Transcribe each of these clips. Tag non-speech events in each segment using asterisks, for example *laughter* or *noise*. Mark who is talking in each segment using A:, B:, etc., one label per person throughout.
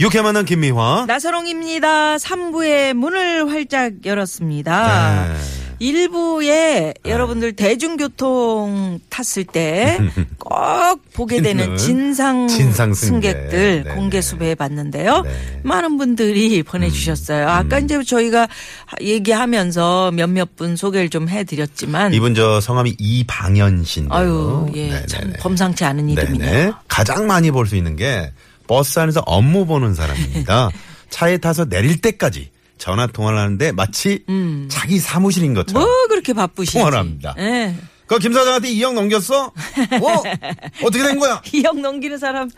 A: 유쾌 만난 김미화.
B: 나서롱입니다. 3부의 문을 활짝 열었습니다.
A: 네.
B: 1부에 여러분들 대중교통 탔을
A: *laughs*
B: 때 꼭 보게 되는
A: 있는
B: 진상,
A: 음. 진상 승객.
B: 승객들
A: 네네.
B: 공개 수배해 봤는데요.
A: 네. 음.
B: 많은 분들이 보내주셨어요. 아까 이제 저희가 얘기하면서 몇몇 분 소개를 좀 해드렸지만
A: 이분 저 성함이 이방현
B: 음.
A: 씨인데요.
B: 아유, 예,
A: 네네네.
B: 참 범상치 않은 이름이네요.
A: 네네. 가장 많이 볼 수 있는 게 버스 안에서 업무
B: *laughs*
A: 보는 사람입니다. 차에 타서 내릴 때까지 전화 통화를 하는데 마치 자기 사무실인 것처럼.
B: 음. 뭐 그렇게 바쁘시지?
A: 통화를 합니다.
B: 예.
A: 그 김사장한테 2억
B: *laughs*
A: 넘겼어? 어? 어떻게 된 거야?
B: 기억 넘기는 사람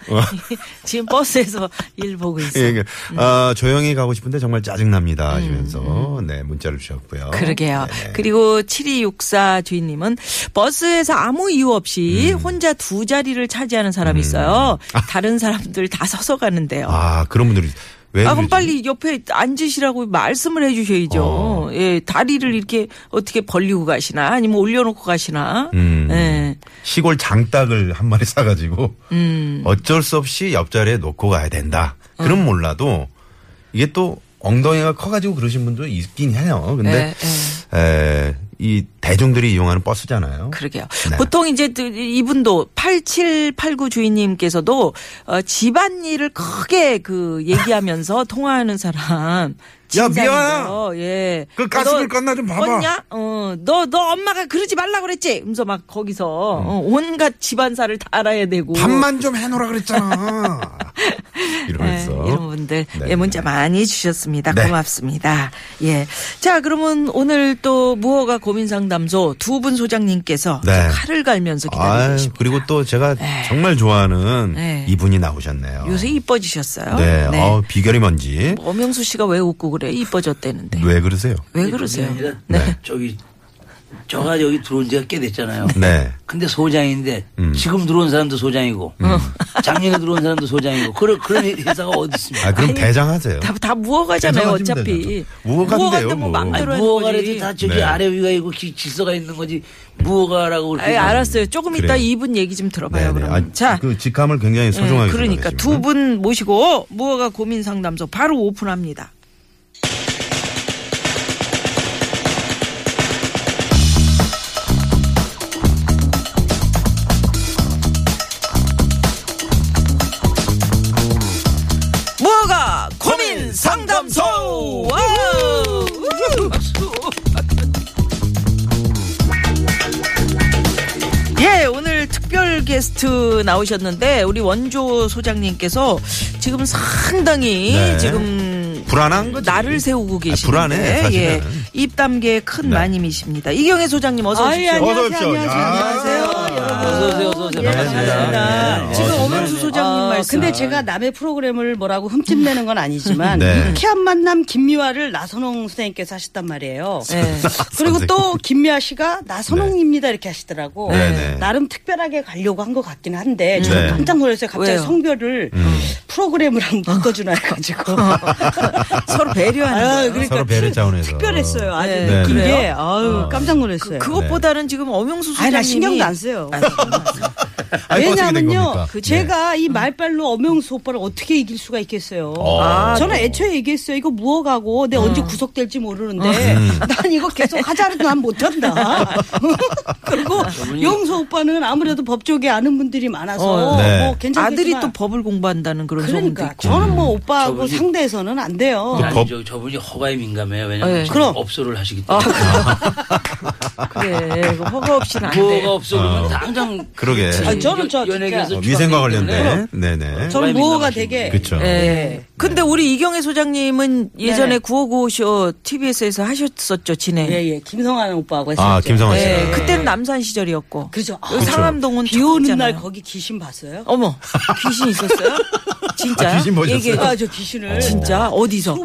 B: *laughs* 지금 버스에서 일 보고 있어요.
A: 어. 예, 그, 아, 조용히 가고 싶은데 정말 짜증납니다 하시면서 네 문자를 주셨고요.
B: 음. 그러게요.
A: 아, 네네.
B: 그리고 7264 주인님은 버스에서 아무 이유 없이
A: 음.
B: 혼자 두 자리를 차지하는 사람이 있어요. 다른 사람들 다 서서 가는데요. 아,
A: 아 그런 분들이 왜?
B: 그럼
A: 그러지?
B: 빨리 옆에 앉으시라고 말씀을 해 주셔야죠.
A: 어.
B: 예, 다리를 이렇게 어떻게 벌리고 가시나 아니면 올려놓고 가시나.
A: 음.
B: 예.
A: 시골 장닭을 한 마리 싸가지고
B: 음.
A: 어쩔 수 없이 옆자리에 놓고 가야 된다. 그럼
B: 어.
A: 몰라도 이게 또 엉덩이가 커가지고 그러신 분도 있긴 해요. 근데
B: 네,
A: 에, 이 대중들이 이용하는 버스잖아요.
B: 그러게요.
A: 네.
B: 보통 이제 또 이분도 8789 주인님께서도 어, 집안일을 크게 그
A: *laughs*
B: 얘기하면서 통화하는 사람.
A: 야,
B: 진상인데요.
A: 미아야.
B: 예.
A: 그 가슴을
B: 너
A: 껐나 좀 봐봐.
B: 껐냐? 어, 너, 너 엄마가 그러지 말라 그랬지? 하면서 막 거기서
A: 음.
B: 어, 온갖 집안사를 다 알아야 되고.
A: 밥만 좀 해놓으라 그랬잖아.
B: 예,
A: *laughs* 이러면서
B: 이런 분들
A: 네.
B: 예, 문자 많이 주셨습니다.
A: 네.
B: 고맙습니다. 예, 자 그러면 오늘 또 무허가 고민 상담소 두 분 소장님께서
A: 네.
B: 칼을 갈면서 기다리고
A: 아
B: 계십니다.
A: 그리고 또 제가 정말 좋아하는
B: 네.
A: 이분이 나오셨네요.
B: 요새 이뻐지셨어요.
A: 아. 네, 어, 비결이 뭔지
B: 엄영수 씨가 왜 웃고 그래? 이뻐졌대는데. 왜,
A: 왜 그러세요?
B: 그러세요?
C: 그게 아니라
A: 네.
C: 저기 저가 여기 들어온 지가 꽤 됐잖아요.
A: 네. 음.
C: 근데 소장인데 지금 들어온 사람도 소장이고 작년에 들어온 사람도 소장이고 그런 그런 회사가 어디 있습니까?
A: 아 그럼 대장하세요.
B: 다, 다 무허가잖아요,
A: 대장하시면
B: 어차피.
A: 되죠. 네, 무허가인데요,
B: 무허가인데 뭐
A: 뭐.
C: 아니,
B: 만들어야
C: 무허가라도 다
B: 되지.
C: 저기
A: 네.
C: 아래 위가 있고 기- 질서가 있는 거지 무허가라고 그렇게
B: 아이, 알았어요. 조금 이따
A: 그래요.
B: 이분 얘기 좀 들어봐요,
A: 네네.
B: 그러면.
A: 아,
B: 자.
A: 그 직함을 굉장히 소중하게.
B: 예, 그러니까
A: 생각하시면.
B: 두 분 모시고 무허가 고민 상담소 바로 오픈합니다. 무허가 고민 상담소. 와우! 우후! 예, 오늘 특별 게스트 나오셨는데 우리 원조 소장님께서 지금 상당히
A: 네.
B: 지금
A: 불안한 거지.
B: 나를 세우고 계시는데
A: 아, 불안해, 사실은.
B: 예, 입 담계의 큰
A: 네.
B: 마님이십니다. 이경혜 소장님 어서 오십시오.
A: 어서 오십시오. 아,
D: 아,
C: 어서 오세요, 어서 오세요. 반갑습니다.
A: 네.
D: 지금
A: 어,
D: 엄영수 소장님 말씀. 아, 근데 제가 남의 프로그램을 뭐라고 흠집내는 건 아니지만
A: 네.
D: 유쾌한 만남 김미화를 나선홍 선생님께서 하셨단 말이에요. 네.
B: 예.
A: 네.
D: 그리고 또 김미화 씨가 나선홍입니다 이렇게 하시더라고.
A: 네, 네.
D: 나름 특별하게 가려고 한 것 같긴 한데 저는
A: 네.
D: 깜짝 놀랐어요. 갑자기
B: 왜요?
D: 성별을 프로그램을 한번 바꿔주나 해가지고.
B: 서로 배려하는
D: 아,
B: 거예요.
D: 그러니까
A: 서로 배려 차원에서.
D: 특별했어요. 아주
B: 네.
D: 느낀
B: 그래요?
D: 게 아유 깜짝 놀랐어요.
B: 그것보다는 지금 엄영수
D: 아니
B: 소장님이
D: 나 신경도 안 써요.
A: 아니, 어떻게 된
D: 왜냐면요,
A: 겁니까? 네.
D: 그 제가 이 말발로 엄영수 오빠를 어떻게 이길 수가 있겠어요.
B: 아, 네.
D: 저는 애초에 얘기했어요. 이거 무어가고
A: 음.
D: 내 언제 구속될지 모르는데 난 이거 계속 하자는 난 못한다. *laughs* 그리고
B: 아,
D: 영수 오빠는 아무래도 법 쪽에 아는 분들이 많아서
A: 어. 네.
D: 뭐 괜찮겠지만
B: 아들이 또 법을 공부한다는 그런 소문도
D: 그러니까
B: 있고. 음.
D: 저는 뭐 오빠하고
C: 저분이-
D: 상대해서는 안 돼요.
A: 법-
C: 아니, 저, 저분이 허가에 민감해요. 왜냐면
B: 네.
C: 지금
D: 그럼.
C: 업소를 하시기 때문에.
B: 예, 그래. 이거 허가 없이는 안 돼.
C: 뭐가 없어 그러면
A: 어.
C: 당장
A: 그러게.
D: 아, 저는 저 진짜-
C: 연예계에서
A: 어, 위생과 관련된.
C: 네.
A: 네네.
C: 저-
D: 저는 무호가
C: 민감하신
D: 되게
A: 그쵸.
B: 예. 근데 우리 이경혜 소장님은 예전에
D: 네.
B: 9595쇼 TBS에서 하셨었죠, 진행.
D: 예예 김성환 오빠하고 했었죠.
A: 아, 김성환 씨.
B: 예, 그때는 남산 시절이었고.
D: 그죠.
B: 여기 상암동은
D: 비 오는 날
B: 처음이잖아요.
D: 거기 귀신 봤어요?
B: 어머, 귀신
D: *laughs*
B: 있었어요? 진짜?
A: 아, 귀신 보셨어요?
B: 얘기해줘.
D: 아, 저 귀신을.
B: 진짜 어디서?
D: 소-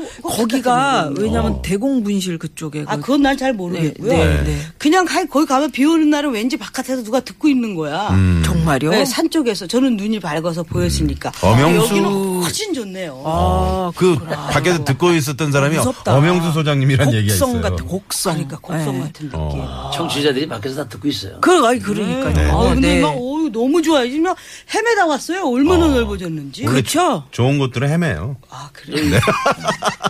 B: 거기가 왜냐면
A: 어.
B: 대공분실 그쪽에.
D: 아,
B: 그-
D: 그건 난 잘 모르겠고요.
B: 네, 네, 네.
D: 그냥 가, 거기 가면 비 오는 날은 왠지 바깥에서 누가 듣고 있는 거야.
A: 음.
B: 정말요?
D: 네, 산 쪽에서 저는 눈이 밝아서 보였으니까.
A: 음.
D: 아,
A: 엄영수-
D: 여기는 훨씬 좋네요.
B: 아,
A: 그 밖에서 듣고 있었던 사람이
B: 무섭다.
A: 엄영수 소장님이란 얘기가 있어요.
B: 곡성 같은 곡성.
D: 그러니까 곡성
B: 예.
D: 같은 느낌.
A: 어.
C: 청취자들이 밖에서 다 듣고 있어요.
B: 그, 아니, 그러니까요.
A: 네. 아.
D: 아,
B: 어,
D: 근데
B: 네.
D: 막, 어우, 너무 좋아요. 지금 헤매다 왔어요. 얼마나 넓어졌는지.
A: 원래 네.
B: 그쵸?
A: 좋은 것들은 헤매요.
D: 아, 그래.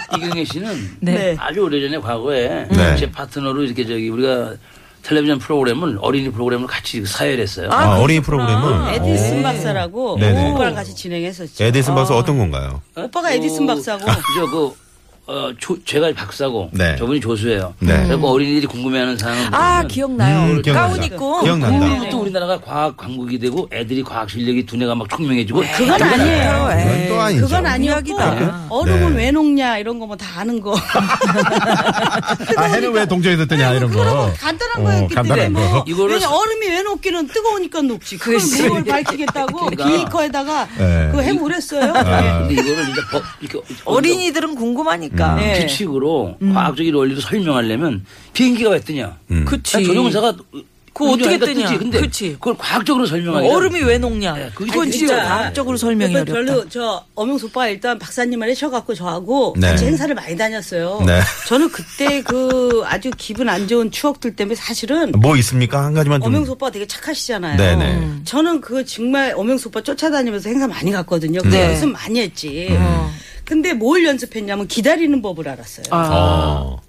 C: 저기 이경혜 씨는
B: 네.
C: 아주 오래전에 과거에
A: 네.
C: 제 파트너로 이렇게 저기 우리가 텔레비전 프로그램을 어린이 프로그램을 같이 사회했어요.
A: 아, 어린이 프로그램은
D: 에디슨 박사라고
A: 네. 네네.
D: 오빠랑 같이 진행했었죠.
A: 에디슨 아, 박사 어떤 건가요?
D: 오빠가 에디슨 박사고.
C: 저그 어, 조, 제가 박사고
A: 네.
C: 저분이 조수예요.
A: 네.
C: 그리고 어린이들이 궁금해하는 사항은
B: 아, 네.
C: 뭐냐면
B: 기억나요.
A: 음, 기억난다.
B: 가운 입고.
A: 기억난다.
C: 그때부터 우리나라가 과학 강국이 되고 애들이 과학 실력이 두뇌가 막 총명해지고
B: 네.
D: 그건 아니에요.
A: 그건 또 아니죠.
D: 그건 아니었고
B: 이야기다.
D: 얼음은
A: 네.
D: 왜 녹냐 이런 거 뭐 다 아는 거.
A: 아, 해는 왜 동전이 됐더냐 이런 거.
D: 간단한
A: 어,
D: 뭐 거였기 때문에
A: 간단한
D: 뭐
A: 거.
C: 이거를
D: 왜냐
C: 사-
D: 얼음이 왜 녹기는 뜨거우니까 녹지. 그걸
B: 글쎄.
D: 무얼 밝히겠다고
C: 그러니까.
D: 비커에다가
A: 네. 아.
D: 그거 해물 했어요.
C: 근데 이거를 이제 법 이렇게
B: 어린이들은
A: 음.
B: 음. 궁금하니까.
D: 네.
C: 규칙으로 과학적인 원리로 설명하려면 비행기가 왜 뜨냐?
A: 음.
B: 그치.
C: 조종사가
B: 그거 어떻게
C: 운전하니까
B: 뜨냐.
C: 뜨지. 근데
B: 그치.
C: 그걸 과학적으로 설명하기
B: 얼음이 왜 녹냐.
C: 그게
B: 그건
C: 진짜
B: 진짜 과학적으로 설명이
D: 그러니까
B: 어렵다.
D: 별로 저 엄영수 오빠 일단 박사님을 해셔갖고 저하고
A: 네.
D: 같이 행사를 많이 다녔어요.
A: 네.
D: 저는 그때 그 아주 기분 안 좋은 추억들 때문에 사실은
A: 뭐 있습니까? 한 가지만 좀.
D: 엄영수 오빠가 되게 착하시잖아요.
A: 네네.
D: 저는 그 정말 엄영수 오빠 쫓아다니면서 행사 많이 갔거든요. 그래서
B: 네.
D: 연습 많이 했지.
A: 음.
D: 근데 뭘 연습했냐면 기다리는 법을 알았어요.
B: 아.
A: 어.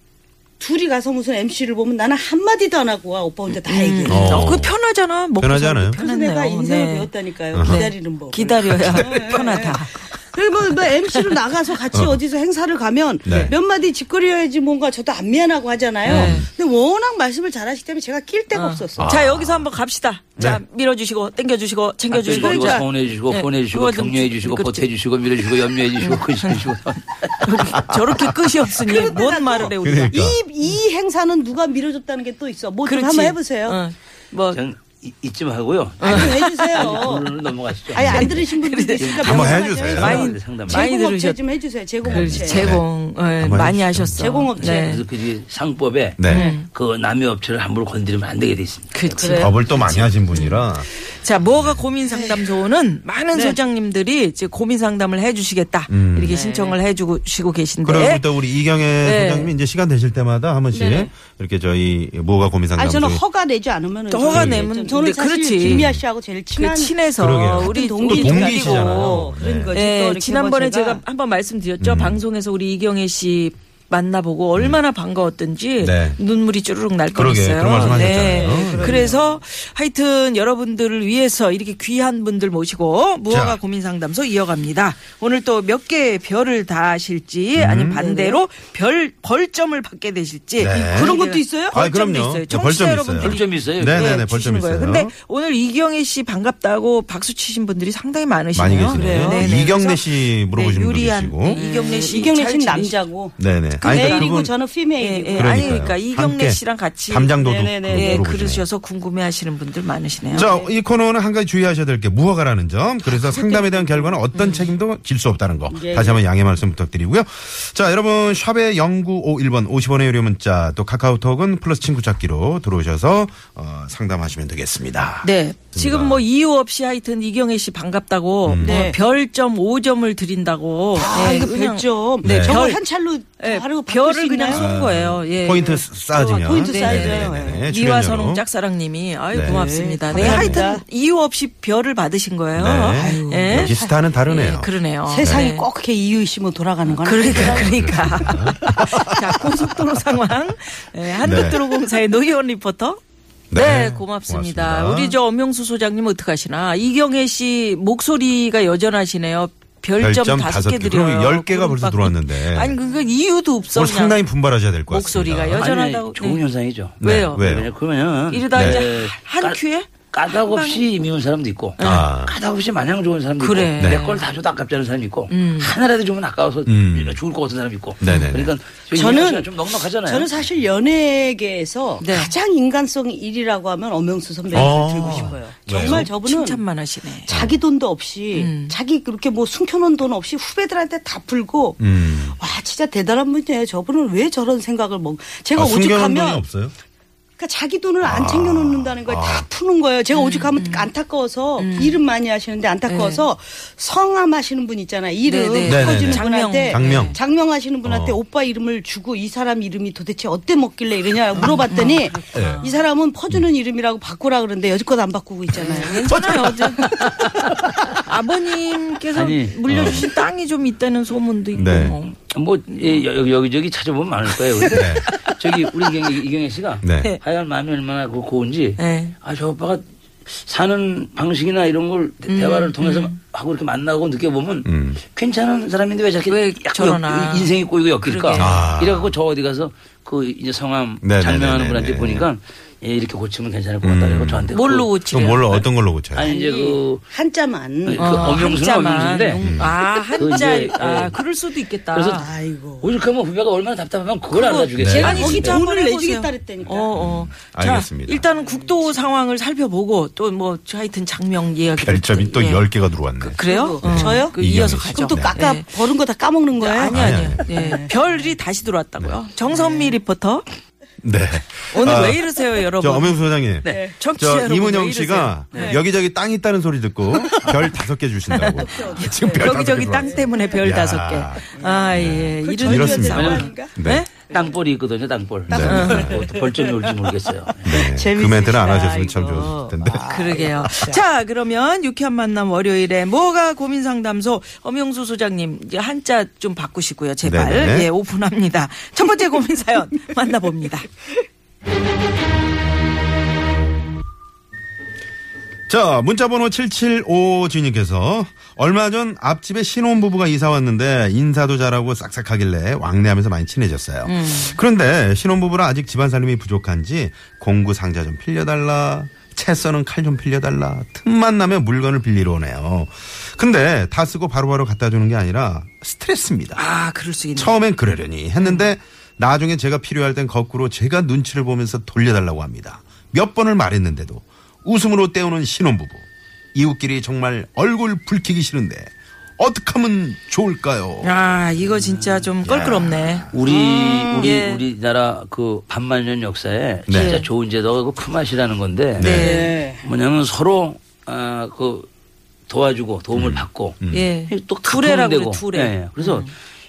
D: 둘이 가서 무슨 MC를 보면 나는 한마디도 안 하고 와. 오빠 혼자 다 얘기해.
A: 어.
B: 어, 그거 편하잖아. 먹고
A: 편하지
B: 살기
A: 않아요? 어.
D: 그래서 내가
B: 편하네요.
D: 인생을
B: 네.
A: 음.
D: 배웠다니까요. 기다리는 법.
B: 기다려야 *laughs* 편하다.
D: 그리고 뭐, 뭐 MC로 나가서 같이 어. 디서 행사를 가면
A: 네.
D: 몇 마디 짓거려야지 뭔가 저도 안 미안하고 하잖아요.
B: 네.
D: 근데 워낙 말씀을 잘하시기 때문에 제가 낄 데가
A: 아,
D: 없었어요.
B: 자 여기서 한번 갑시다. 자
A: 네.
B: 밀어주시고 당겨주시고 챙겨주시고
C: 아, 그리고
B: 자,
C: 서운해 주시고
B: 네.
C: 보내 주시고
B: 그거 좀
C: 격려해 주시고
B: 그렇지.
C: 보태 주시고 밀어 주시고 염려해 주시고 그해 주시고 *laughs*
B: 저렇게 끝이 없으니 뭔 말을 해 우리가.
A: 아, 그러니까.
D: 이, 이 행사는 누가 밀어줬다는 게 또 있어. 뭐 좀
B: 그렇지.
D: 한번 해보세요.
B: 어, 뭐
C: 전 이- 이쯤 하고요.
D: 아니, 해주세요.
C: 오늘 넘어가시죠.
D: 아니, 안 들으신 분들 계시니까
A: 한번
D: 명상하지
A: 해주세요.
D: 마세요.
C: 많이 상담.
B: 많이
D: 제공업체
B: 들으셨-
D: 좀 해주세요.
B: 그렇지.
D: 제공업체.
B: 제공 예,
A: 한번
B: 많이
A: 해주시죠.
B: 하셨어.
D: 제공업체.
B: 네.
C: 그래서 그 상법에
A: 네.
C: 그 남의 업체를 함부로 건드리면 안 되게 돼 있습니다.
B: 그치.
A: 법을 또 많이 하신 분이라.
B: 자, 뭐가 고민
D: 네.
B: 상담소는 많은 소장님들이 이제 고민 상담을 해주시겠다
D: 네.
B: 이렇게 신청을 해주시고 계신데.
A: 음. 그러고 있다 우리 이경혜
B: 네.
A: 소장님이 이제 시간 되실 때마다 한 번씩 이렇게 저희 뭐가 고민 상담.
D: 아니, 저는 허가 내지 않으면.
B: 또 허가
D: 좀-
B: 내면
D: 저는
B: 근데
D: 사실
B: 그렇지.
D: 김미아 씨하고 제일
B: 그
D: 친한.
B: 친해서
A: 그러게요.
B: 우리
D: 또
B: 우리
A: 동기시잖아요.
B: 동기고.
D: 그런 거지. 또
B: 예,
D: 이렇게
B: 지난번에
D: 뭐
B: 제가 한번
A: 음.
B: 말씀드렸죠. 방송에서 우리 이경혜 씨 만나보고 얼마나 반가웠던지
A: 네.
B: 눈물이 쭈르륵 날
A: 그러게,
B: 뻔했어요.
A: 그런 말씀 하셨잖아요. 네,
B: 그래서 하여튼 여러분들을 위해서 이렇게 귀한 분들 모시고 무허가
A: 자.
B: 고민 상담소 이어갑니다. 오늘 또 몇 개의 별을 다실지 아니면 반대로 별 벌점을 받게 되실지
A: 음. 네.
D: 그런 것도 있어요?
A: 아,
B: 벌점도
A: 그럼요.
B: 있어요.
A: 네,
B: 청취자
A: 벌점이
B: 여러분들이
A: 있어요.
C: 벌점이 있어요.
A: 네, 네,
B: 네,
A: 네, 벌점
B: 주시는
A: 있어요.
B: 거예요. 근데 오늘 이경혜 씨 반갑다고 박수 치신 분들이 상당히 많으시네요.
A: 많이
B: 그래요.
A: 계시네요. 네,
B: 네,
A: 이경래
B: 그래서
A: 씨 물어보시는
B: 네,
A: 분도
B: 유리한
A: 계시고.
B: 네, 이경래 그 씨,
D: 이경래
B: 잘
D: 씨는
B: 지내시-
D: 남자고.
A: 네네.
D: 메일이고 저는
B: 예,
D: 피메일이고.
B: 예.
A: 그러니까요.
B: 아니 그러니까 이경래
A: 함께
B: 씨랑 같이
A: 담장도도
D: 네네네.
B: 예,
A: 물어보시네요.
B: 그러셔서 궁금해하시는 분들 많으시네요.
A: 자, 이 코너는 한 가지 주의하셔야 될 게 무허가라는 점.
B: *laughs*
A: 그래서 상담에 대한 결과는 어떤 책임도 질 수 없다는 거.
D: 예,
A: 다시 한번 양해 말씀 부탁드리고요. 자, 여러분 샵에 0951번 50원의 유료 문자 또 카카오톡은 플러스 친구 찾기로 들어오셔서 어, 상담하시면 되겠습니다.
B: 네. 지금 뭐 이유 없이 하여튼 이경혜 씨 반갑다고
A: 음.
B: 뭐
D: 네.
B: 별점 5점을 드린다고.
D: 아, 네,
B: 네,
D: 이거
B: 그냥,
D: 별점.
A: 네.
D: 저걸
B: 별.
D: 한 찰로
B: 예,
D: 바로 바꿀 수
B: 별을 그냥
D: 있나요?
B: 쏜 거예요. 예.
A: 음, 포인트 쌓아지면 네,
D: 포인트 쌓아져요.
A: 네네네네.
B: 미와
A: 출연료로.
B: 선홍 짝사랑님이 아유
A: 네.
B: 고맙습니다. 네,
D: 감사합니다.
B: 하여튼 이유 없이 별을 받으신 거예요.
A: 네.
B: 예.
A: 역시 스타는 다르네요.
B: 예, 그러네요.
D: 어. 세상이
B: 네.
D: 꼭 그렇게 이유 있으면 돌아가는 거나.
B: 그러니까 그러니까. *laughs* 자 고속도로 상황 예, 한국도로공사의 노희원 리포터. 네,
A: 네,
B: 고맙습니다.
A: 고맙습니다.
B: 우리 저 엄영수 소장님 어떡하시나? 이경혜 씨 목소리가 여전하시네요. 별점 다섯 개 드려요.
A: 그럼 열 개가
B: 구름
A: 벌써
B: 받고.
A: 들어왔는데.
B: 아니 그건 이유도 없어.
A: 오늘
B: 그냥.
A: 상당히 분발하셔야 될 것 같습니다.
B: 목소리가 여- 여전하다고-
C: 아니, 좋은
B: 네.
C: 현상이죠.
A: 네,
B: 왜요?
A: 왜요?
C: 그러면
B: 이러다
A: 네.
B: 이제 한
C: 깔-
B: 큐에 네.
C: 까닭 없이 미운 사람도 있고
A: 아.
C: 까닭 없이 마냥 좋은 사람도
B: 그래. 음.
C: 있고
B: 네.
C: 내 걸 다 줘도 아깝지 않은 사람이 있고 하나라도 주면 아까워서
A: 음.
C: 죽을 것 같은 사람이 있고
A: 네네네.
C: 그러니까
D: 저는-
C: 저는 좀 넉넉하잖아요.
D: 저는 사실 연예계에서
B: 네.
D: 가장 인간성 1위라고 하면 엄영수 선배님을
A: 아.
D: 들고 싶어요.
A: 왜요?
D: 정말 저분은
B: 칭찬만 하시네.
D: 자기
A: 음.
D: 돈도 없이 자기 그렇게 뭐 숨겨놓은 돈 없이 후배들한테 다 풀고
A: 음.
D: 와 진짜 대단한 분이에요. 저분은 왜 저런 생각을 먹? 제가
A: 아, 숨겨놓은 돈이
D: 오죽하면
A: 없어요? 아,
D: 그러니까 자기 돈을 안 챙겨 놓는다는 걸 다 푸는 거예요.
A: 음,
D: 제가 오죽하면 안타까워서 이름 많이 하시는데 안타까워서 성함 하시는 분 있잖아요. 이름
B: 네,
A: 네.
D: 섞어주는
A: 네, 네.
D: 분한테
A: 장명.
D: 장명 하시는 분한테
A: 어.
D: 오빠 이름을 주고 이 사람 이름이 도대체 어때 먹길래 이러냐
A: 아.
D: 물어봤더니
A: 네.
D: 이 사람은 퍼주는 이름이라고 바꾸라 그러는데 여지껏 안 바꾸고 있잖아요.
B: 네, 괜찮아요. 어제 *laughs* 아버님께서
C: 아니,
B: 물려주신 땅이 좀 있다는 소문도 있고.
A: 네.
B: 뭐.
C: 뭐 예, 여- 여기 여기저기 찾아보면 많을 거예요.
A: *laughs*
C: 근데
A: 네.
C: 저기 우리 이경애, 이경애 씨가
A: 네.
C: 하여간 마음이 얼마나 그 고운지
B: 네.
C: 아 저 오빠가 사는 방식이나 이런 걸 대- 대화를 통해서 하고 이렇게 만나고 느껴보면
A: 음.
C: 괜찮은 사람인데 왜 자꾸
B: 왜
C: 약간
B: 저러나.
C: 역- 인생이 꼬이고 엮일까
B: 그러게.
A: 아.
C: 이래갖고 저 어디 가서 그 이제 성함
A: 네네네네네. 음.
C: 장명하는 분한테 보니까 예, 이렇게 고치면 괜찮을 것 같다 그리고 저한테
B: 뭘로
C: 그,
A: 그럼
B: 고치려?
A: 뭘로 어떤 걸로 고쳐요?
C: 아니 이제 그,
D: 음.
A: 네.
D: 한자만.
B: 어,
C: 그 엄영수는 엄영수인데
B: 아
C: 그
B: 한자.
C: 이제,
B: 아
C: 예.
B: 그럴 수도 있겠다.
C: 그래서
D: 아이고.
C: 오죽하면 후배가 얼마나 답답하면 그걸 알아주겠어요.
A: 제가
B: 아니, 진짜
D: 돈을
B: 한번
D: 내주겠다
B: 해보세요.
D: 그랬다니까.
B: 어, 어.
A: 아, 알겠습니다.
B: 자, 일단은 국도 상황을 살펴보고 또 뭐 하여튼 장명 이야기.
A: 별점이 또 열 개가 들어왔네.
B: 예. 그래요?
D: 그리고 저요?
C: 예?
B: 그 이어서
A: 이경희
B: 가죠.
A: 씨.
D: 그럼 또
A: 네.
D: 아까
B: 네.
D: 버는 거 다 까먹는 거예요?
B: 아니
A: 아니,
B: 아니요. 예. 별이 다시 들어왔다고요. 정선미 리포터.
A: 네.
B: 오늘
A: 아,
B: 왜 이러세요, 여러분?
A: 저 엄영수 소장님.
B: 그, 네. 정치
A: 저
B: 여러분 왜
A: 이문영
B: 이러세요? 네.
A: 씨가 여기저기 땅 있다는
B: *laughs*
A: 소리 듣고 별 다섯 개 주신다고. 지금 별 다섯 개
B: 네. 여기저기 땅
A: 들어왔어요.
B: 때문에 별
A: 야. 네.
B: 다섯 개. 아, 예. 이런
A: 이렇습니다.
B: 상황.
A: 네.
C: 땅볼이 있거든요, 땅볼.
A: 네.
C: 그것도 벌점이 올지 모르겠어요.
A: 네. 그
D: 재밌으시다,
A: 멘트는 안 하셨으면 참
B: 이거. 아.
A: 좋았을 텐데.
B: 그러게요. 자, 그러면 유쾌한 만남 월요일에 뭐가 고민 상담소 엄영수 소장님 이제 한자 좀 바꾸시고요. 제발.
A: 네네네.
B: 예, 오픈합니다. 첫 번째 고민 사연 *laughs* 만나봅니다.
A: 자, 문자번호 7755주님께서 얼마 전 앞집에 신혼부부가 이사 왔는데 인사도 잘하고 싹싹하길래 왕래하면서 많이 친해졌어요. 그런데 신혼부부라 아직 집안 살림이 부족한지 공구 상자 좀 빌려달라. 채 써는 칼 좀 빌려달라. 틈만 나면 물건을 빌리러 오네요. 근데 다 쓰고 바로바로 갖다 주는 게 아니라 스트레스입니다.
B: 아, 그럴 수 있네.
A: 처음엔 그러려니 했는데 나중에 제가 필요할 땐 거꾸로 제가 눈치를 보면서 돌려달라고 합니다. 몇 번을 말했는데도 웃음으로 때우는 신혼부부. 이웃끼리 정말 얼굴 붉히기 싫은데 어떡하면 좋을까요?
B: 아, 이거 진짜
A: 음,
B: 좀 껄끄럽네.
A: 아,
C: 우리 우리
B: 예.
C: 우리나라 그 반만년 역사에
A: 네.
C: 진짜 좋은 제도가 그 품앗이라는 건데
B: 네.
C: 뭐냐면 서로 아, 그 도와주고
A: 음.
C: 도움을 받고
B: 예.
C: 또
B: 두레라고 음.
C: 되고
B: 그래,
C: 네.
B: 두레.
C: 그래서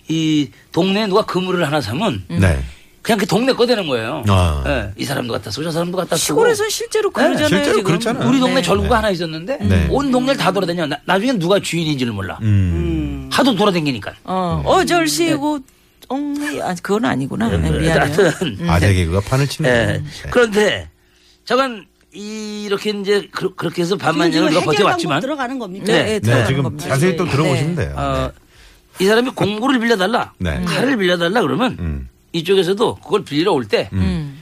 C: 이 동네에 누가 그물을 하나 사면
B: 음.
A: 네.
C: 그냥 그 동네 꺼대는 거예요.
A: 아.
C: 예, 이 사람도 갖다 쓰고 저 사람도 갖다 쓰고
B: 시골에선 실제로 그러잖아요.
A: 실제로
B: 지금.
A: 그렇잖아요.
C: 우리 동네
B: 네.
C: 절구가 하나 있었는데
A: 네.
C: 온 동네를 다 돌아다녀. 나, 나중에 누가 주인인지를 몰라.
A: 음.
C: 하도 돌아다니니까.
B: 어, 어절시고 엉, 아, 그건 아니구나. 네, 미안해요.
C: 하여튼
B: 음.
A: 아재 네. 개그가 판을 치는
C: 예.
A: 네.
C: 그런데 저건 이렇게 이제 그, 그렇게 해서 반만년을
D: 지금
C: 우리가
D: 해결 방법
C: 버텨왔지만
D: 들어가는 겁니까?
B: 네, 네,
A: 네,
B: 들어가는
A: 지금
B: 겁니다.
A: 자세히 또
B: 네.
A: 들어보시면 돼요.
C: 어, 이 사람이 공구를 빌려달라
A: 네.
C: 칼을 빌려달라 그러면
A: 음.
C: 이쪽에서도 그걸 빌리러 올 때
B: 음.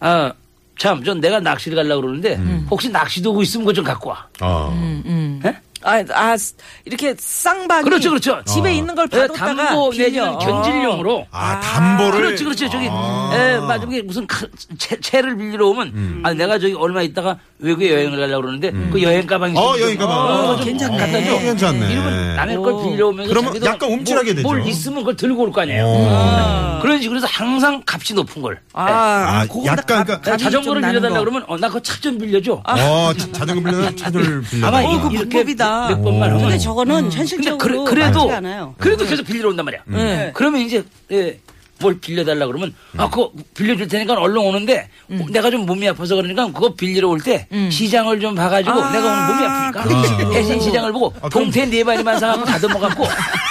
C: 아, 참, 전 내가 낚시를 가려고 그러는데,
A: 음.
C: 혹시 낚시도구 있으면 그거 좀 갖고 와.
A: 어.
C: 예?
B: 아, 아, 이렇게 쌍방이
C: 그렇죠, 그렇죠.
A: 어.
B: 집에 있는 걸
C: 예,
B: 받았다가
C: 담보 내지는
B: 빌려.
C: 견질용으로.
A: 아, 담보를 아.
C: 그렇죠, 그렇지, 그렇지. 저기, 예, 맞으면 무슨 카- 채, 채를 빌리러 오면,
A: 음.
C: 아, 내가 저기 얼마 있다가 외국에 여행을 가려고 그러는데, 그 여행 가방이.
A: 어,
C: 있으면
A: 여행 가방.
C: 어,
A: 어,
C: 좀
B: 괜찮네.
C: 갖다 줘.
B: 어,
A: 괜찮네.
C: 이러면 남의 걸 빌려오면서.
A: 그러면
C: 자기도
A: 약간 움찔하게
C: 뭘- 뭘
A: 되죠. 어.
C: 있으면 그걸 들고 올 거 아니에요. 음. 그런 식으로 해서 항상 값이 높은 걸.
B: 아,
C: 예.
B: 아,
A: 아,
B: 그거보다
A: 약간
B: 값-
A: 그러니까
B: 값이 좀
C: 자전거를
B: 나는
C: 빌려달라
B: 거. 아.
C: 그러면, 어, 나 그거 차 좀 빌려줘.
A: 어, 자- 자전거 빌려 차를 빌려.
C: 아마
B: 어, 그
C: 이렇게
B: 방법이다.
C: 몇
A: 어.
C: 번만 하면.
D: 근데 저거는
C: 근데
D: 현실적으로
C: 그래,
D: 맞지
C: 그래도
A: 음.
D: 않아요.
C: 그래도 계속 빌리러 온단 말이야.
B: 네.
C: 그러면 이제 예, 뭘 빌려달라 그러면
A: 음.
C: 아 그거 빌려줄 테니까 얼른 오는데 내가 좀 몸이 아파서 그러니까 그거 빌리러 올 때 시장을 좀 봐가지고 내가 오늘 몸이 아프니까 음. 대신 시장을 보고
A: 아, 그럼-
C: 동태 네 마리만 사갖고
A: *laughs*
C: 다듬어갖고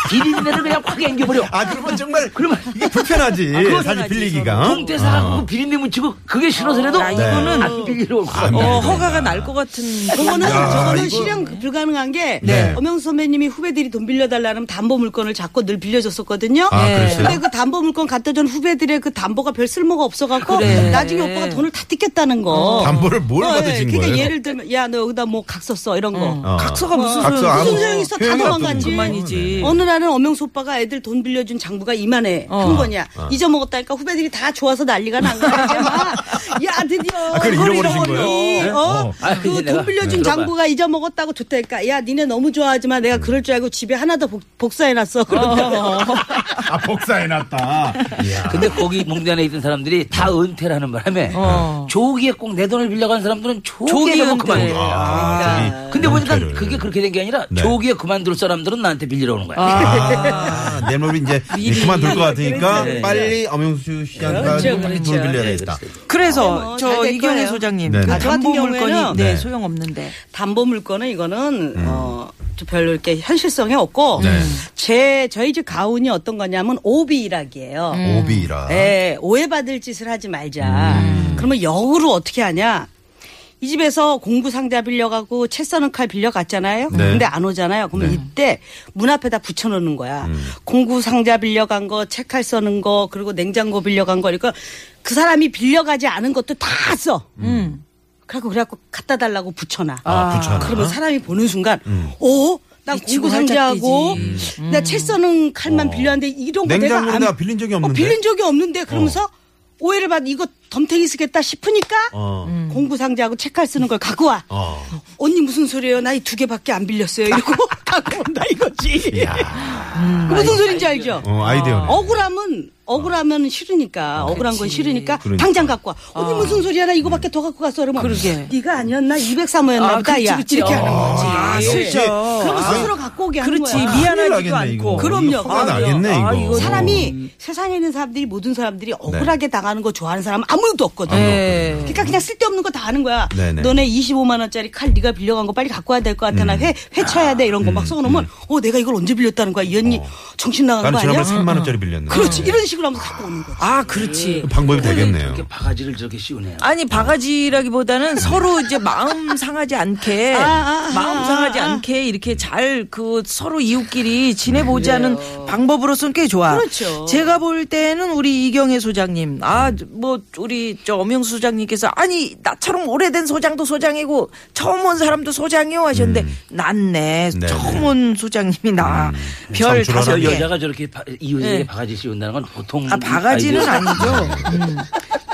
C: 비린내를 그냥 확 앵겨버려.
A: 아 그러면 정말 어?
C: 그러면
A: 이게 불편하지.
B: 그건
A: 사실
B: 아니지,
A: 빌리기가.
C: 동태 사갖고 그 비린내 묻히고 그게 싫어서라도 네.
B: 야, 이거는
C: 안 빌리러 올 거야.
A: 안
B: 어,
A: 빌리는구나.
B: 허가가 날 것 같은.
D: 저거는
A: 야,
D: 저거는
A: 이거-
D: 실현 그 불가능한 게
A: 네.
D: 엄영수 선배님이 후배들이 돈 빌려달라면 담보 물건을 자꾸 늘 빌려줬었거든요.
A: 아, 그랬어요?
D: 근데 그 담보 물건 갖다 준 후배들의 그 담보가 별 쓸모가 없어갖고
B: 그래.
D: 나중에 오빠가 돈을 다 뜯겼다는 거.
A: 담보를 뭘
D: 어,
A: 받으신
D: 예. 그러니까
A: 거예요?
D: 예를 들면 야 너 여기다 뭐 각 썼어 이런 거.
A: 어.
B: 각서가 무슨
A: 각서
B: 소용?
A: 아무-
D: 무슨 소용 있어? 다
A: 효용이 없던
D: 도망갔지.
A: 네, 예.
B: 그만이지.
D: 어느 날은 엄영수 오빠가 애들 돈 빌려준 장부가 이만해
B: 어.
D: 큰 거냐 잊어먹었다니까 후배들이 다 좋아서 난리가 난 거야 이제
A: *laughs*
D: 막, 야 드디어
A: 아, 그걸 잃어버리신 거예요? 어.
C: 아, 이제
D: 어그
C: 내가-
D: 돈
C: 네.
D: 빌려준 장부가 잊어먹었다고 좋다니까 야 니네 너무 좋아하지만 내가 그럴 줄 알고 집에 하나 더 복, 복사해놨어 그런데
A: *laughs* 아 복사해놨다. 이야. 음.
C: 근데 거기 몽단에 있던 사람들이 다 은퇴를 하는 바람에
B: 어.
C: 조기에 꼭 내 돈을 빌려간 사람들은
B: 조기
C: 조기에 막
B: 은퇴.
C: 그만둔 거야.
A: 아,
C: 그러니까.
A: 조기
C: 근데 보니까
A: 은퇴를.
C: 그게 그렇게 된 게 아니라
A: 네.
C: 조기에 그만둘 사람들은 나한테 빌리러 오는 거야.
A: 아, 내 몸이 이제
B: 미리.
A: 그만둘 것 같으니까
C: 그랬네.
A: 빨리 엄영수 씨한테
B: 그렇죠,
A: 빨리
B: 그렇죠.
A: 돈 빌려야겠다.
B: 그래서
D: 뭐잘
B: 저
D: 될
B: 이경혜
D: 거예요.
B: 소장님
A: 네,
B: 그
A: 네.
D: 아, 저 같은
B: 담보 물건이
D: 경우에는-
B: 네,
A: 네.
B: 소용 없는데.
D: *laughs* 담보 물건은 이거는 어. 좀 별로 이렇게 현실성이 없고
A: 음. 네.
D: 제 저희 집 가훈이 어떤 거냐면 오비락이에요.
A: 음. 오비라.
D: 예, 오해받을 짓을 하지 말자.
A: 음.
D: 그러면 역으로 어떻게 하냐? 이 집에서 공구 상자 빌려가고 채 써는 칼 빌려갔잖아요.
A: 네.
D: 근데 안 오잖아요. 그러면
A: 네. 음.
D: 이때 문 앞에다 붙여놓는 거야. 공구 상자 빌려간 거, 채 칼 써는 거, 그리고 냉장고 빌려간 거. 그러니까 그 사람이 빌려가지 않은 것도 다 써.
B: 음.
D: 그래갖고 그래갖고 갖다 달라고 붙여놔.
A: 음. 아, 음. 붙여놔.
D: 그러면 사람이 보는 순간, 오, 나
B: 이
D: 공구
B: 친구
D: 상자하고 음.
B: 활짝기지.
D: 나 채 써는 칼만 빌려왔는데 이런 거 내가
A: 어. 냉장고를
D: 안-
A: 내가 빌린 적이
D: 어,
A: 없는데?
D: 빌린 적이 없는데 그러면서 오해를 받 이거 덤탱이 쓰겠다 싶으니까
A: 어.
D: 공구 상자하고 책칼 쓰는 걸 갖고 와.
A: 어.
D: 언니 무슨 소리예요? 나 이 두 개밖에 안
A: *laughs*
D: 빌렸어요. 이러고 갖고 온다 이거지.
A: 이야.
D: 그 무슨 소리인지 알죠?
A: 어, 아이디어네.
D: 억울함은
B: 어.
D: 억울하면
B: 아,
D: 싫으니까 억울한 건 싫으니까
A: 그러니까.
D: 당장 갖고 와. 언니 무슨 소리야? 나 이거밖에 더 갖고 갔어. 그러면
B: 음. 그러게.
D: 네가 아니었나? 203호였나
B: 아,
D: 보다.
B: 그렇지,
D: 야.
B: 그렇지.
D: 이렇게
B: 어.
D: 하는 거지.
B: 아,
A: 역시
B: 싫죠.
D: 그러면
B: 아.
D: 스스로 갖고 오게 하는
B: 그렇지
D: 거야.
A: 큰일
B: 미안하지도
A: 나겠네,
B: 않고
A: 이거.
D: 그럼요.
A: 이거 화가
D: 아,
A: 나겠네
B: 아,
A: 이거.
B: 이거
D: 사람이 세상에 있는 사람들이 모든 사람들이
A: 네.
D: 억울하게 당하는 거 좋아하는 사람 은 아무도 없거든.
B: 네.
D: 그러니까 그냥 쓸데없는 거 다 하는 거야.
A: 네네.
D: 너네 25만 원짜리 칼 네가 빌려간 거 빨리 갖고 와야 될 것 같아.
A: 음.
D: 나 회 회쳐야 돼 이런 거 막 써놓으면 어 내가 이걸 언제 빌렸다는 거야 이 언니 정신 나간
A: 어. 나는
D: 거
A: 지난번에
D: 아니야? 어.
A: 3만 원짜리 아. 빌렸는데.
D: 그렇지 이런 식으로 하면서 갖고 오는 거야.
B: 아, 그렇지.
A: 어, 방법이 되겠네요.
C: 이렇게 바가지를 저렇게 씌우네요.
B: 아니
D: *laughs*
B: 바가지라기보다는 서로 이제 마음 상하지 않게
D: 아, 아,
B: 마음
D: 아,
B: 상하지
D: 아, 아.
B: 않게 이렇게 잘 그 서로 이웃끼리 지내보지 않은 방법으로선 꽤 좋아.
D: 그렇죠.
B: 제가 볼 때는 우리 이경혜 소장님, 아 뭐 우리 저 엄영수 소장님께서 아니 나처럼 오래된 소장도 소장이고 처음 온 사람도 소장이요 하셨는데
D: 음.
B: 낫네
A: 네,
B: 처음
A: 네.
B: 온 소장님이 나 별
A: 참
B: 다섯
C: 저
B: 개.
C: 여자가 저렇게 바- 이웃에게
B: 네.
C: 바가지 씌운다는 건 보통
A: 음,
B: 아, 바가지는
C: 아이디어-
A: *laughs*
B: 아니죠. 음.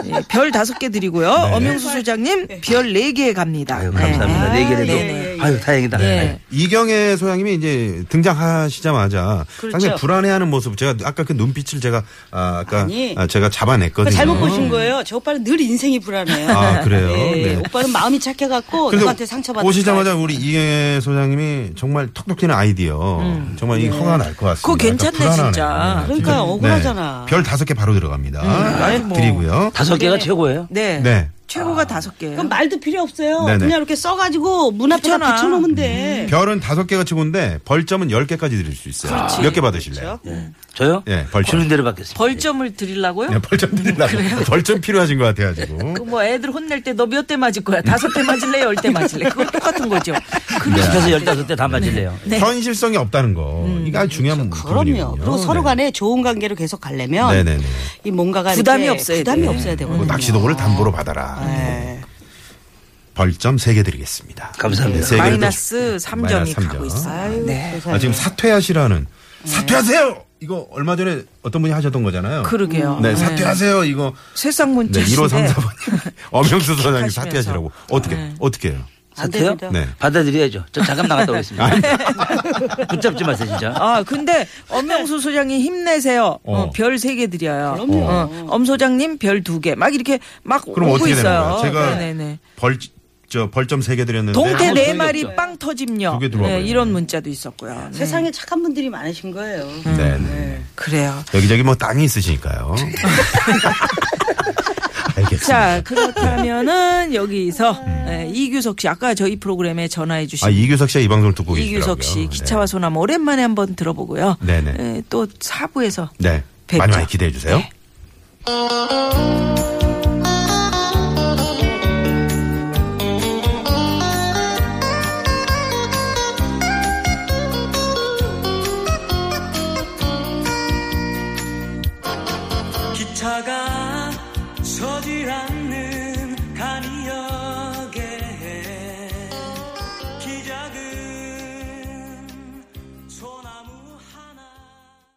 B: 예, 별 다섯 개 드리고요.
A: 네.
B: 엄영수 소장님 별 네 개 갑니다.
C: 아유, *laughs* 감사합니다.
B: 네.
C: 네 개를
B: 네네.
C: 또. 아유, 다행이다.
B: 예.
A: 이경혜 소장님이 이제 등장하시자마자 상당히 불안해하는 모습 제가 아까 그 눈빛을 제가 아, 까
D: 아니.
A: 제가 잡아냈거든요.
D: 그러니까 잘못 보신 거예요. 저 오빠는 늘 인생이 불안해요.
A: 아, 그래요? 네.
D: 오빠는 마음이 착해갖고
A: 근데
D: 어, 누구한테 상처받을
A: 오시자마자 우리 이경혜 소장님이 정말 톡톡 튀는 아이디어
D: 음.
A: 정말
D: 네.
A: 이 허가 날 것 같습니다.
B: 그거 괜찮네,
A: 약간 불안하네요.
B: 진짜.
A: 네,
D: 그러니까
A: 지금,
D: 억울하잖아. 음,
A: 네, 별 다섯 개 바로 들어갑니다.
B: 아이, 뭐.
A: 드리고요.
C: 다섯 개가 최고예요.
B: 네.
A: 네.
B: 최고가 다섯 개.
D: 그럼 말도 필요 없어요.
A: 네네. 음.
D: 그냥 이렇게 써가지고 문 앞에다
B: 붙여놔.
D: 붙여놓으면 돼.
A: 별은 다섯 개가 최고인데 벌점은 열 개까지 드릴 수 있어요. 몇 개 받으실래요?
D: 그렇죠.
C: 저요?
A: 예, 벌점.
C: 주는 대로 받겠습니다.
B: 벌점을 드리려고요?
A: 네, 벌점
D: *laughs*
A: 드리려고. 벌점 필요하신 것 같아요, 지금.
B: 그 뭐 애들 혼낼 때 너 몇 대 맞을 거야? 다섯 대 맞을래? 열 대 맞을래? 그거 똑같은 거죠. 그래.
C: 집에서 15대 다 맞을래요.
A: 네. 현실성이 없다는 거. 이게 아주 중요한 부분이거든요.
D: 네. 음, 그렇죠. 그럼요. 그리고 서로 간에 좋은 관계로 계속 가려면
A: 네. 네네네.
D: 이 뭔가가
B: 부담이
D: 이렇게
B: 없어야
D: 부담이
B: 돼.
D: 없어야
A: 뭐
D: 되거든요.
A: 낚시도구를 담보로 받아라.
D: 음. 네.
A: 벌점 세 개 드리겠습니다.
C: 감사합니다.
A: 네, 세 개를 또
B: 마이너스
A: 주-
B: 삼 점이
A: 마이너스 삼
B: 가고
A: 점.
B: 있어요.
D: 아유,
B: 네.
D: 세상에.
A: 아, 지금 사퇴하시라는. 사퇴하세요! 이거 얼마 전에 어떤 분이 하셨던 거잖아요.
B: 그러게요.
A: 네, 사퇴하세요. 이거.
B: 세상 문자.
A: 네,
B: *laughs*
A: 1534번. 엄영수 소장님
B: 하시면서.
A: 사퇴하시라고. 어떻게,
B: 네.
A: 어떻게 해요?
D: 안
C: 사태요?
D: 됩니다.
A: 네.
C: 받아들여야죠. 저 잠깐 나갔다 오겠습니다. *laughs* 붙잡지 마세요, 진짜.
B: 아, 근데 엄명수 소장님 힘내세요. 어,
A: 어.
B: 별 세 개 드려요.
D: 그럼요.
B: 어, 엄 소장님 별 두 개. 막 이렇게 막
A: 그럼
B: 오고
A: 어떻게 되는
B: 있어요.
A: 거예요? 제가
B: 네네네.
A: 벌, 저 벌점 세 개 드렸는데
B: 동태 네
C: 아무 소용이
B: 마리
C: 없어요.
B: 빵 터짐요.
A: 두개 들어와 버렸네.
B: 이런 문자도 있었고요. 네.
D: 세상에 착한 분들이 많으신 거예요.
B: 음.
A: 네, 네.
B: 그래요.
A: 여기저기 뭐 땅이 있으시니까요. *laughs* 알겠습니다.
B: 네. 자 그렇다면은 여기서 네, 이규석 씨 아까 저희 프로그램에 전화해 주신
A: 아 이규석 씨가 이 방송을 듣고 계시더라고요.
B: 이규석 씨
A: 네.
B: 기차와 소나무 오랜만에 한번 들어보고요.
A: 네네.
B: 에, 또 사부에서
A: 네.
B: 뵙죠.
A: 많이 많이 기대해 주세요.
B: 네.
E: 기차가 서질 않는 간이여